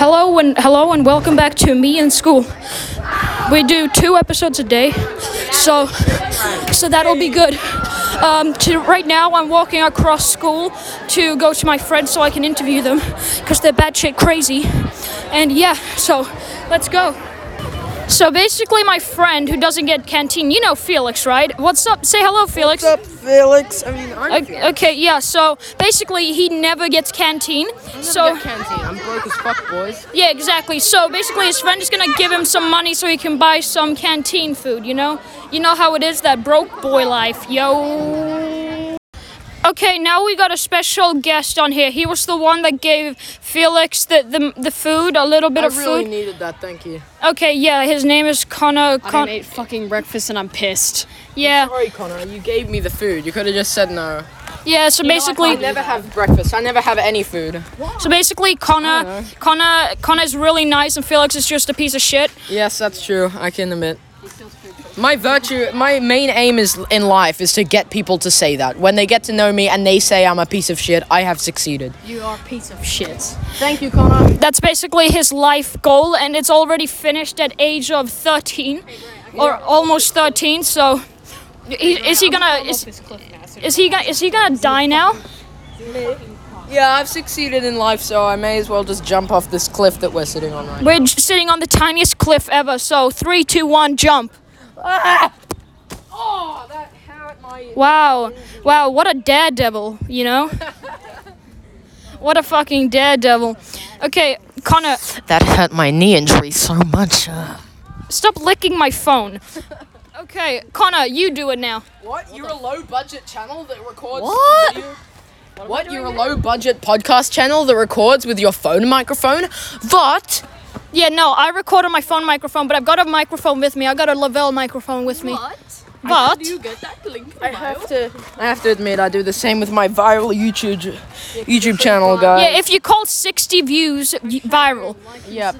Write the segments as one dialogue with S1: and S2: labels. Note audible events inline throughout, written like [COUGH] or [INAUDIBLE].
S1: Hello and hello and welcome back to me in school. We do two episodes a day, so so that'll be good. Um, to right now, I'm walking across school to go to my friends so I can interview them because they're bad shit crazy. And yeah, so let's go. So basically, my friend who doesn't get canteen, you know Felix, right? What's up? Say hello, Felix.
S2: What's up, Felix? I mean, I'm Felix.
S1: O- Okay, yeah. So basically, he never gets canteen. so
S2: canteen. I'm broke as fuck, boys.
S1: yeah, exactly. So basically, his friend is gonna give him some money so he can buy some canteen food. You know, you know how it is that broke boy life, yo. Okay, now we got a special guest on here. He was the one that gave Felix the the, the food, a little bit
S2: I
S1: of
S2: really
S1: food.
S2: needed that. Thank you.
S1: Okay, yeah. His name is Connor.
S3: I
S1: Con-
S3: ate fucking breakfast and I'm pissed.
S1: yeah,
S2: Sorry, Connor. You gave me the food. You could have just said no.
S1: yeah. So basically,
S2: I never have breakfast. I never have any food.
S1: So basically, Connor, Connor, Connor is really nice, and Felix is just a piece of shit.
S2: Yes, that's true. I can admit. My virtue, my main aim is in life is to get people to say that. When they get to know me and they say I'm a piece of shit, I have succeeded.
S3: You are a piece of shit.
S2: Thank you, Connor.
S1: That's basically his life goal, and it's already finished at age of 13, or almost 13. So, he, is he gonna is, is he gonna is he gonna die now?
S2: Yeah, I've succeeded in life, so I may as well just jump off this cliff that we're sitting on right now.
S1: We're j- sitting on the tiniest cliff ever. So three, two, one, jump.
S2: Oh, that hurt my.
S1: Wow, wow, what a daredevil, you know? [LAUGHS] what a fucking daredevil. Okay, Connor,
S2: That hurt my knee injury so much. uh. Stop
S1: licking my phone. Okay, Connor, you do it now.
S2: What? You're a low budget channel that records
S1: What?
S2: video- What? You're a low budget podcast channel that records with your phone microphone? But
S1: Yeah, no, I record on my phone microphone, but I've got a microphone with me. I got a Lavelle microphone with me.
S3: What?
S1: But
S3: get that link
S2: I have to I have to admit I do the same with my viral YouTube YouTube channel, guys.
S1: yeah, if you call 60 views y- viral.
S2: Yep.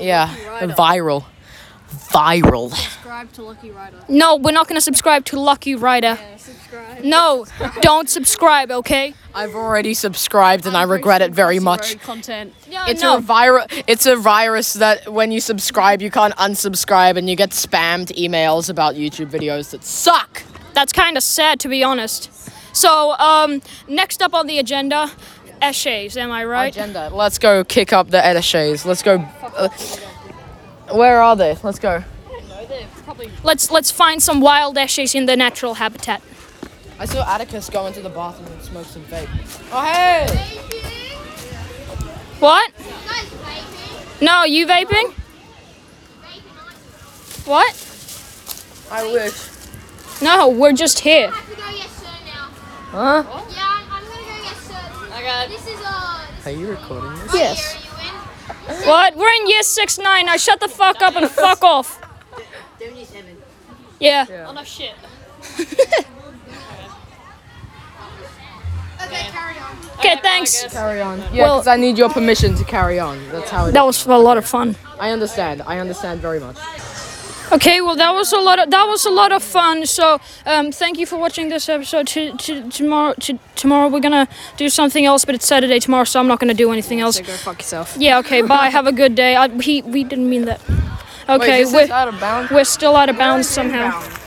S2: Yeah. Viral. Viral.
S3: Subscribe to Lucky Rider.
S1: No, we're not going to subscribe to Lucky Rider.
S3: Subscribe.
S1: No, don't subscribe, okay?
S2: I've already subscribed and I regret it very much.
S3: Content.
S1: Yeah,
S2: It's
S1: no.
S2: a virus. It's a virus that when you subscribe, you can't unsubscribe, and you get spammed emails about YouTube videos that suck.
S1: That's kind of sad, to be honest. So, um, next up on the agenda, essays, am I right?
S2: Agenda. Let's go kick up the attaches. Let's go. uh, where are they? Let's go.
S1: Let's let's find some wild essays in their natural habitat.
S2: I saw Atticus go into the bathroom and smoke some vape. Oh hey!
S1: What? No, you vaping? What?
S2: I wish.
S1: No, we're just here.
S4: have to go get shirt now.
S2: Huh?
S4: Yeah, I'm, I'm
S3: Okay.
S4: gonna go get shirt. This is uh. This
S2: Are
S4: is
S2: you recording this?
S4: what year
S1: Yes.
S4: are you in?
S1: What? We're in year six nine. Now shut the fuck up and fuck off. Yeah.
S3: Oh no shit.
S4: Okay, carry on.
S1: Okay, thanks.
S2: Carry on. Yeah,
S1: Well-
S2: because I need your permission to carry on. That's how it.
S1: That was a lot of fun.
S2: I understand. I understand very much.
S1: Okay, well that was a lot of that was a lot of fun. So um, thank you for watching this episode. To, to, tomorrow to, tomorrow we're gonna do something else, but it's Saturday tomorrow, so I'm not gonna do anything else.
S3: So go fuck yourself.
S1: Yeah. Okay. Bye. Have a good day. I, he we didn't mean that. Okay.
S2: Wait, this
S1: we're,
S2: is out of bounds.
S1: we're still out of bounds somehow.
S2: Bounds.